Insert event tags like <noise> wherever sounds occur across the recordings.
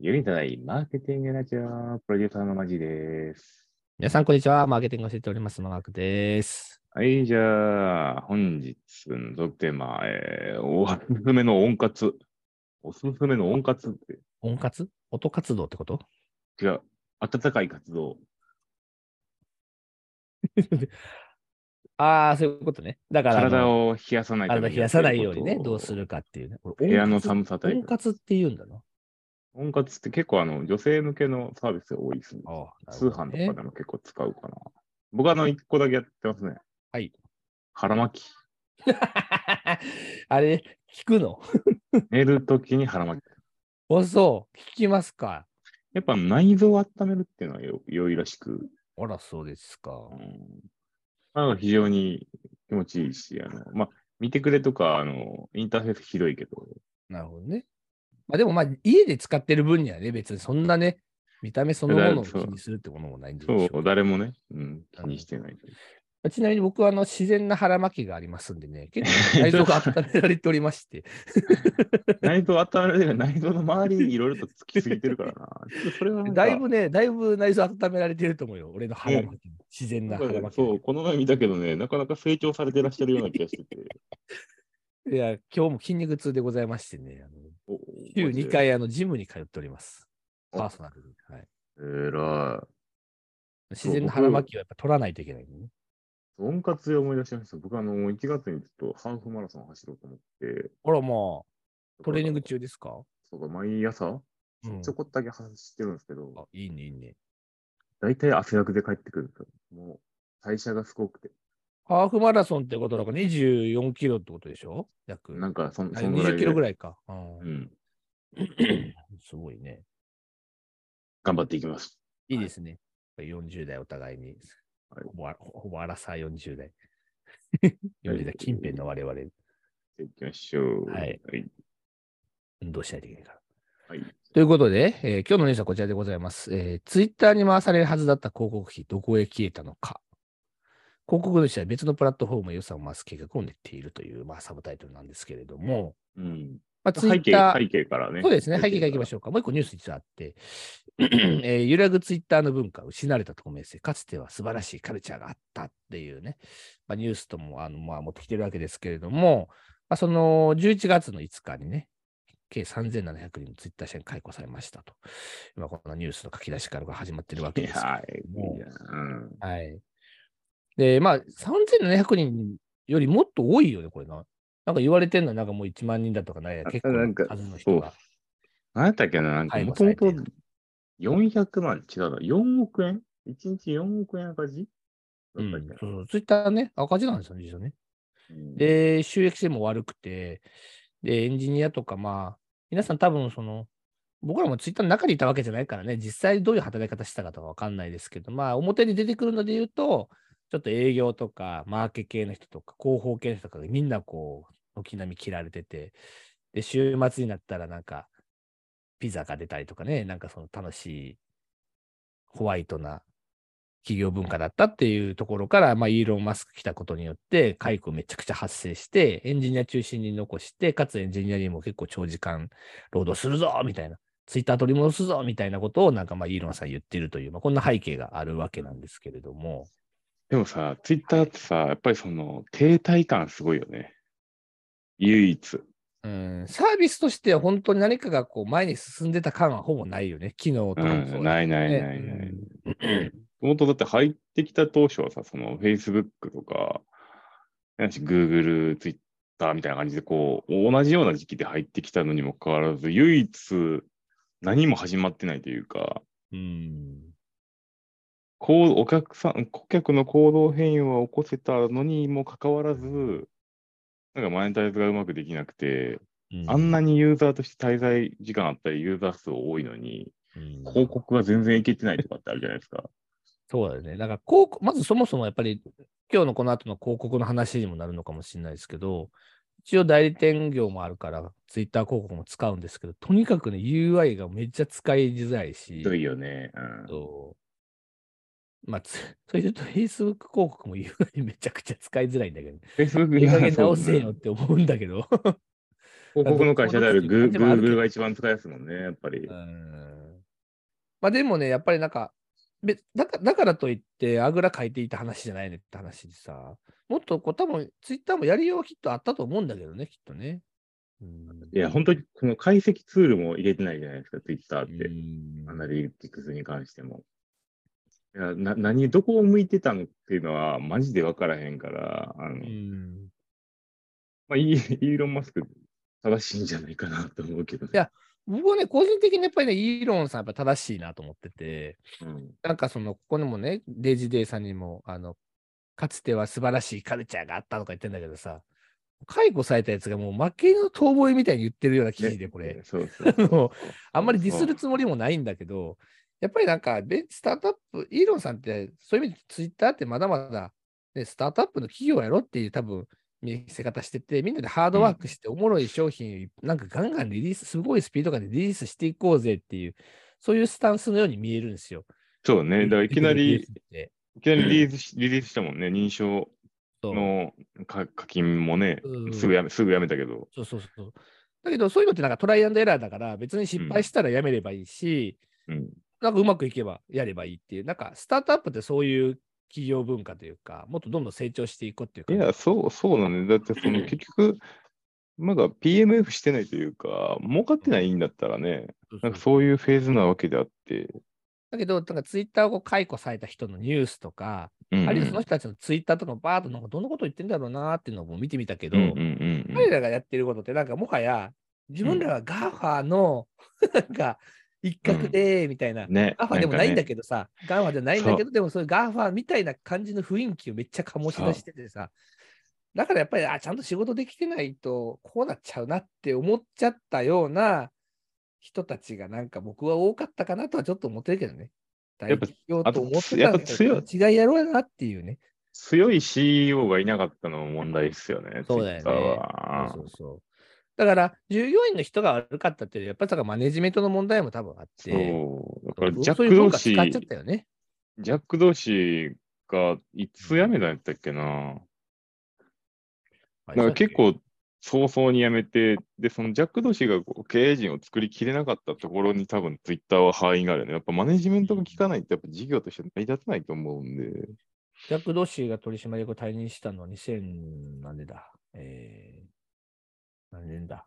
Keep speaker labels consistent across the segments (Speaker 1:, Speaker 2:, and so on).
Speaker 1: ユニット内マーケティングラジオプロデューサーのマジです。
Speaker 2: 皆さん、こんにちは。マーケティングを教えております、マークです。
Speaker 1: はい、じゃあ、本日のトークテーマ、えー、おすすめの温活。おすすめの温活って、
Speaker 2: 音活音活動ってこと
Speaker 1: 違う、温かい活動。
Speaker 2: ああ、そういうことね。だから、
Speaker 1: 体
Speaker 2: を
Speaker 1: を冷やさないため
Speaker 2: 体
Speaker 1: に
Speaker 2: 冷やさないようにね、
Speaker 1: やってることを
Speaker 2: どうするかっていうね。これ
Speaker 1: 部屋の
Speaker 2: 温活
Speaker 1: 寒さ対
Speaker 2: 温
Speaker 1: 策。
Speaker 2: 活って言うんだな。
Speaker 1: 温活って結構あの女性向けのサービスが多いですね。
Speaker 2: ああ
Speaker 1: 通販と
Speaker 2: な
Speaker 1: かで
Speaker 2: るほどね
Speaker 1: も結構使うかな。僕はあの、一個だけやってますね。
Speaker 2: はい。
Speaker 1: 腹巻き。
Speaker 2: <laughs> あれ、聞くの
Speaker 1: 寝るときに腹巻き。
Speaker 2: おそう、聞きますか。
Speaker 1: やっぱ内臓を温めるっていうのはよ良いらしく、
Speaker 2: あら、そうですか。
Speaker 1: うんまあ、非常に気持ちいいし、あのまあ、見てくれとかあの、インターフェースひどいけど、
Speaker 2: なるほどね。まあでもまあ、家で使ってる分にはね、別にそんなね、見た目そのものを気にするってものもないんでしょうけ
Speaker 1: そ
Speaker 2: ど
Speaker 1: う、誰もね、うん、気にしてない。
Speaker 2: ちなみに僕はあの自然な腹巻きがありますん
Speaker 1: <laughs>
Speaker 2: でね、結構内臓が温められておりまして、
Speaker 1: 内臓温められる内臓の周りにいろいろとつきすぎてるからな。ちょっとそれ <laughs> はなんか
Speaker 2: だいぶね、だいぶ内臓温められてると思うよ、俺の腹巻き、自然
Speaker 1: な
Speaker 2: なん
Speaker 1: か
Speaker 2: 腹
Speaker 1: ね
Speaker 2: 巻き。
Speaker 1: そう、この前見たけどね、なかなか成長されてらっしゃるような気がしてて。
Speaker 2: いや、今日も筋肉痛でございましてね、あの
Speaker 1: お
Speaker 2: <laughs> 週2。回あのジムに通っております。
Speaker 1: あ
Speaker 2: パーソナルに。はい、
Speaker 1: えらい。
Speaker 2: 自然な腹巻きはやっぱ取らないといけない、ね。
Speaker 1: 温活で思い出しました。僕、あの、1月にちょっとハーフマラソン走ろうと思って、
Speaker 2: あら、もうトレーニング中ですか、
Speaker 1: そうか、毎朝、
Speaker 2: うん、
Speaker 1: ちょこっとだけ走ってるんですけど、
Speaker 2: あいいね、いいね。
Speaker 1: 大体汗だくで帰ってくるんですよ。もう、代謝がすごくて。
Speaker 2: ハーフマラソンってことだから24キロってことでしょ約。
Speaker 1: なんかそん、
Speaker 2: あ
Speaker 1: そんぐらいで。
Speaker 2: 20キロぐ
Speaker 1: らい。
Speaker 2: らいか。うん
Speaker 1: うん。
Speaker 2: <coughs> すごいね。
Speaker 1: 頑張っていきます。
Speaker 2: いいですね。40代お互いに、
Speaker 1: はい
Speaker 2: ほぼあほぼアラサー40代。40代近辺の我々、
Speaker 1: いきましょう。
Speaker 2: はい。
Speaker 1: はい。
Speaker 2: 運動しないといけないから。
Speaker 1: はい、
Speaker 2: ということで、えー今日のニュースはこちらでございます。えツイッター Twitter に回されるはずだった広告費、どこへ消えたのか。広告主は別のプラットフォームへ予算を回す計画を練っているという、まあ、サブタイトルなんですけれども、
Speaker 1: うん。
Speaker 2: まあ、ツイ
Speaker 1: 背
Speaker 2: ッ
Speaker 1: 景、
Speaker 2: ター、
Speaker 1: 背景からね。
Speaker 2: そうですね。背景からいきま
Speaker 1: ょ
Speaker 2: しょうか。もう一個ニュース実はあって、 <clears throat> えー揺らぐツイッターの文化、失われた透明性、かつては素晴らしいカルチャーがあったっていうね、まあ、ニュースともあの、まあ、持ってきてるわけですけれども、まあ、その11月の5日にね、計3700人のツイッター社に解雇されましたと。今、このニュースの書き出しからが始まってるわけ
Speaker 1: い
Speaker 2: ですけど。
Speaker 1: やー、
Speaker 2: も
Speaker 1: いうやうん。
Speaker 2: はい。で、まあ、3700人よりもっと多いよね、これな。なんか言われてんのはなんかもう1万人だとかないや、
Speaker 1: あ
Speaker 2: 結構
Speaker 1: な
Speaker 2: なん
Speaker 1: か
Speaker 2: 数の人が。
Speaker 1: 何やったっけな、なんか、
Speaker 2: はい
Speaker 1: もともと
Speaker 2: 抑
Speaker 1: 400万、違うな、4億円 ?1 日4億円赤字
Speaker 2: う
Speaker 1: だ
Speaker 2: ん
Speaker 1: ったっ、け
Speaker 2: そうそうツイッターね、赤字なんですよね、実はね。
Speaker 1: うん
Speaker 2: で、収益性も悪くて、で、エンジニアとか、まあ、皆さん多分、その、僕らもツイッターの中にいたわけじゃないからね、実際どういう働き方してたかとかわかんないですけど、まあ、表に出てくるので言うと、ちょっと営業とか、マーケ系の人とか、広報系の人とかがみんなこう、軒並み切られてて、で、週末になったらなんか、ピザが出たりとかね、なんかその楽しい、ホワイトな企業文化だったっていうところから、まあ、イーロン・マスク来たことによって、解雇めちゃくちゃ発生して、エンジニア中心に残して、かつエンジニアにも結構長時間労働するぞみたいな、ツイッター取り戻すぞみたいなことを、なんかまあ、イーロンさん言ってるという、まあ、こんな背景があるわけなんですけれども、
Speaker 1: でもさ、ツイッターってさ、やっぱりその、停滞感すごいよね。唯一。
Speaker 2: うん、サービスとしては本当に何かがこう前に進んでた感はほぼないよね、機能と
Speaker 1: う
Speaker 2: かもそ
Speaker 1: ん、
Speaker 2: うだ
Speaker 1: ないない
Speaker 2: ね
Speaker 1: ないない。も
Speaker 2: うん
Speaker 1: ともとだって入ってきた当初はさ、その Facebook とか、なんし Google、Twitter みたいな感じで、こう、同じような時期で入ってきたのにもかかわらず、唯一何も始まってないというか、
Speaker 2: うん
Speaker 1: こうお客さん、顧客の行動変容は起こせたのにもかかわらず、なんかマネタイズがうまくできなくて、
Speaker 2: うん
Speaker 1: あんなにユーザーとして滞在時間あったり、ユーザー数多いのに、
Speaker 2: うん
Speaker 1: 広告が全然いけてないとかってあるじゃないですか。
Speaker 2: そうだよね。だから広告、まずそもそもやっぱり、今日のこの後の広告の話にもなるのかもしれないですけど、一応代理店業もあるから、ツイッター広告も使うんですけど、とにかくね、UI がめっちゃ使いづらいし、
Speaker 1: ひどいよね。
Speaker 2: そうまあ、つ <laughs> それで言うと Facebook 広告も UI めちゃくちゃ使いづらいんだけど、
Speaker 1: フェイスブック
Speaker 2: いい加減直せよって思うんだけど、
Speaker 1: 広告の会社であるグ
Speaker 2: どこの会社でもあ
Speaker 1: ー
Speaker 2: る
Speaker 1: グ
Speaker 2: け
Speaker 1: ル
Speaker 2: ど
Speaker 1: が一番使いやすいもんね、やっぱり。
Speaker 2: うんまあでもね、やっぱりなんか、べだかだからといって、あぐらかいていた話じゃないねって話でさ、もっとこう、多分ツイッターもやりようはきっとあったと思うんだけどね、きっとね。うん、
Speaker 1: いや、本当にこの解析ツールも入れてないじゃないですか、Twitter っ
Speaker 2: う
Speaker 1: て。
Speaker 2: ん
Speaker 1: アナリティクスに関しても。いやな何、どこを向いてたのっていうのは、マジで分からへんから、あの
Speaker 2: うん
Speaker 1: まあ、イイーロン・マスク、正しいんじゃないかなと思うけどね。
Speaker 2: いや僕はね、個人的にやっぱりね、イーロンさんやっぱ正しいなと思ってて、
Speaker 1: うん、
Speaker 2: なんかその、ここにもね、デイジーデイさんにも、あの、かつては素晴らしいカルチャーがあったとか言ってんだけどさ、解雇されたやつがもう負け犬の遠吠えみたいに言ってるような記事で、これ。
Speaker 1: そうそう
Speaker 2: <laughs> あのあんまりディスるつもりもないんだけど、やっぱりなんか、べスタートアップ、イーロンさんって、そういう意味でツイッターってまだまだ、ね、スタートアップの企業やろっていう多分見せ方してて、みんなでハードワークして、おもろい商品、なんかガンガンリリース、すごいスピード感でリリースしていこうぜっていう、そういうスタンスのように見えるんですよ。
Speaker 1: そうね、だからいきなり、
Speaker 2: リリースって。
Speaker 1: いきなりリリースしリリースしたもんね、認証
Speaker 2: そう
Speaker 1: のか課金もね、
Speaker 2: うん
Speaker 1: すぐやめ、すぐやめたけど。
Speaker 2: そうそうそう。だけど、そういうのってなんかトライアンドエラーだから、別に失敗したらやめればいいし、
Speaker 1: うん、
Speaker 2: なんかうまくいけばやればいいっていう、なんかスタートアップってそういう企業文化というか、もっとどんどん成長していこうっていう
Speaker 1: い
Speaker 2: か、
Speaker 1: や、そう、そうなんだ。だって、その結局、まだ PMF してないというか、儲かってないんだったらね、
Speaker 2: そうそ
Speaker 1: な
Speaker 2: うん
Speaker 1: かそういうフェーズなわけであって。
Speaker 2: だけど、なんかツイッターを解雇された人のニュースとか、
Speaker 1: うん
Speaker 2: あるいはその人たちのツイッターとかバーっとなんかどんなこと言ってんだろうなっていうのも見てみたけど、
Speaker 1: うんうんうんうん
Speaker 2: 彼らがやってることって、なんかもはや自分らがガーファーの、なんか一角でみたいな、
Speaker 1: ね、
Speaker 2: ガーファーでもないんだけどさ、ガーファーじゃないんだけ
Speaker 1: そ
Speaker 2: ど、でもそういうガーファーみたいな感じの雰囲気をめっちゃ醸し出しててさ、だからやっぱり、あ、ちゃんと仕事できてないと、こうなっちゃうなって思っちゃったような人たちがなんか僕は多かったかなとはちょっと思ってるけどね。大
Speaker 1: やっぱ
Speaker 2: 企業と思って
Speaker 1: あ
Speaker 2: た
Speaker 1: と
Speaker 2: の
Speaker 1: やっぱ強い
Speaker 2: 違いやろうなっていうね。
Speaker 1: 強い CEO がいなかったのも問題ですよね、
Speaker 2: そうだよね
Speaker 1: Twitter は
Speaker 2: そうそう。だから、従業員の人が悪かったっていうよりやっぱりだからマネジメントの問題も多分あって、
Speaker 1: そう。だから、ジャッ
Speaker 2: そうい
Speaker 1: ク
Speaker 2: う文
Speaker 1: 同
Speaker 2: 化
Speaker 1: 士、
Speaker 2: 使っちゃったよね。
Speaker 1: ジャック同士がいつ辞めたんやったっけな。だから結構早々に辞めて、で、そのジャック同士がこう経営陣を作りきれなかったところに多分ツイッターは範囲があるよね。やっぱマネジメントが効かないってやっぱ事業として成り立たないと思うんで。
Speaker 2: ジャック・ドッシーが取締役を退任したのは2000何年だえー、何年だ、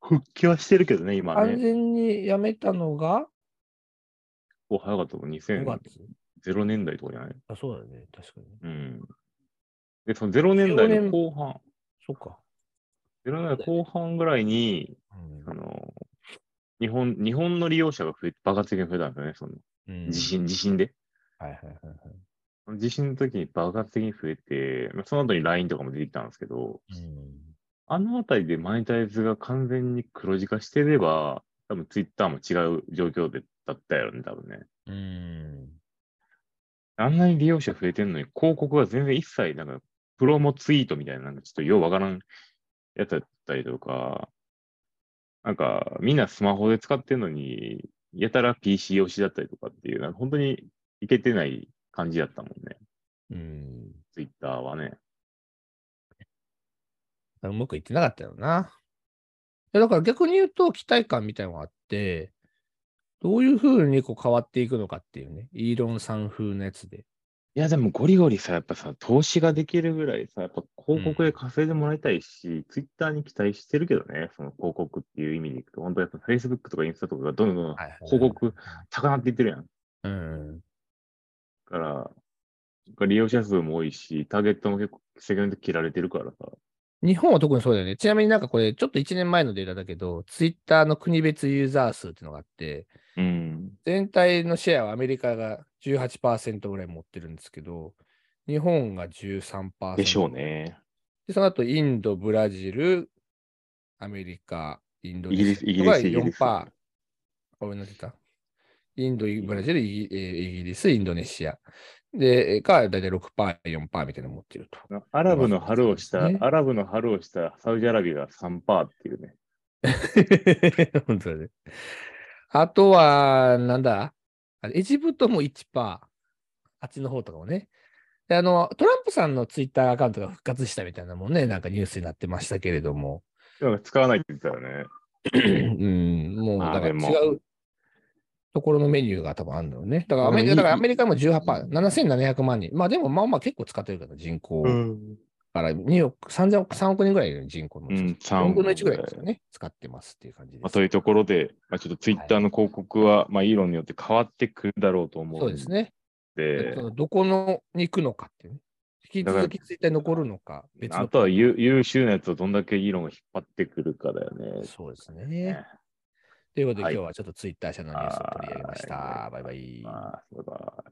Speaker 1: 復帰はしてるけどね、今
Speaker 2: 完。全に辞めたのが
Speaker 1: お早かったもん、
Speaker 2: 5
Speaker 1: 2000
Speaker 2: 月、
Speaker 1: 0年代とかじゃない
Speaker 2: あ、そうだね、確かに。
Speaker 1: うん。で、その0年代の後半、
Speaker 2: そっか。
Speaker 1: 0年代後半ぐらいに、
Speaker 2: うん
Speaker 1: あの、日本、日本の利用者が増え、爆発的に増えたんですよね、その、
Speaker 2: うん
Speaker 1: 地震、地震で。
Speaker 2: はいはいはいはい。
Speaker 1: 地震の時に爆発的に増えて、まあその後に LINE とかも出てきたんですけど、あのあたりでマネタイズが完全に黒字化してれば、多分 Twitter も違う状況でだったやろね、多分ね。
Speaker 2: うん。うん
Speaker 1: あんなに利用者増えてんのに、広告は全然一切、なんか、プロモツイートみたいな、なんかちょっとようわからんやつだったりとか、なんか、みんなスマホで使ってんのに、やたら PC 推しだったりとかっていう、なんか本当にいけてない感じだったもんね、
Speaker 2: うん。だ
Speaker 1: ツイッターはね。
Speaker 2: からうまくいってなかったよな。いやだから逆に言うと、期待感みたいなのがあって、どういうふうにこう変わっていくのかっていうね、イーロンさん風のやつで。
Speaker 1: いや、でもゴリゴリさ、やっぱさ、投資ができるぐらいさ、やっぱ広告で稼いでもらいたいし、ツイッターに期待してるけどね、その広告っていう意味でいくと、本当やっぱ Facebook とかインスタとかがどんどん
Speaker 2: はいはいはい
Speaker 1: 広告高なっていってるやん。
Speaker 2: うん。
Speaker 1: から、利用者数も多いし、ターゲットも結構、セグメント切られてるからさ。
Speaker 2: 日本は特にそうだよね。ちなみになんかこれ、ちょっと1年前のデータだけど、ツイッターの国別ユーザー数っていうのがあって、
Speaker 1: うん。
Speaker 2: 全体のシェアはアメリカが18%ぐらい持ってるんですけど、日本が13%。
Speaker 1: でしょう。ね。
Speaker 2: で、その後、インド、ブラジル、アメリカ、インドネシア。
Speaker 1: イギリスイギリス
Speaker 2: これが
Speaker 1: イギリス
Speaker 2: 4%。ごめんなさいた。インド、ブラジル、イギえーイギリス、インドネシア。で、えーが大体6%、4%みたいなの持ってると。
Speaker 1: アラブの春をした、
Speaker 2: ね
Speaker 1: アラブの春をしたサウジアラビアが3%っていうね。
Speaker 2: <laughs> 本当だね。あとは、なんだあれエジプトも1%、あっちの方とかもね。であの、トランプさんのツイッターアカウントが復活したみたいなもんね、なんかニュースになってましたけれども、
Speaker 1: なんか使わないって言ってたよね。
Speaker 2: うん、もう、
Speaker 1: あー
Speaker 2: だから
Speaker 1: で
Speaker 2: 違
Speaker 1: も
Speaker 2: うところのメニューが多分あるんだろうね。だからアメ
Speaker 1: う
Speaker 2: リカ、
Speaker 1: ん
Speaker 2: だからアメリカも18%、7700万人。まあでも、まあまあ結構使ってるから、人口。
Speaker 1: ん。
Speaker 2: から2億、3億、3億人ぐらいいる人口のうち。
Speaker 1: うん3
Speaker 2: 4分の1ぐらいですよね。使ってますっていう感じです。
Speaker 1: まあ、というところで、まあ、ちょっとツイッターの広告は、まあ、イーロンによって変わってくるだろうと思う
Speaker 2: そうですね。
Speaker 1: で
Speaker 2: そのどこのに行くのかっていうね。引き続きツイッターに残るのか、別の
Speaker 1: あとは優優秀なやつをどんだけイーロンが引っ張ってくるかだよね。
Speaker 2: そうですね。ということで、
Speaker 1: はい
Speaker 2: 今日はちょっとツイッター社のニュースを取り上げました。バイバイ。
Speaker 1: まあ、そうだ。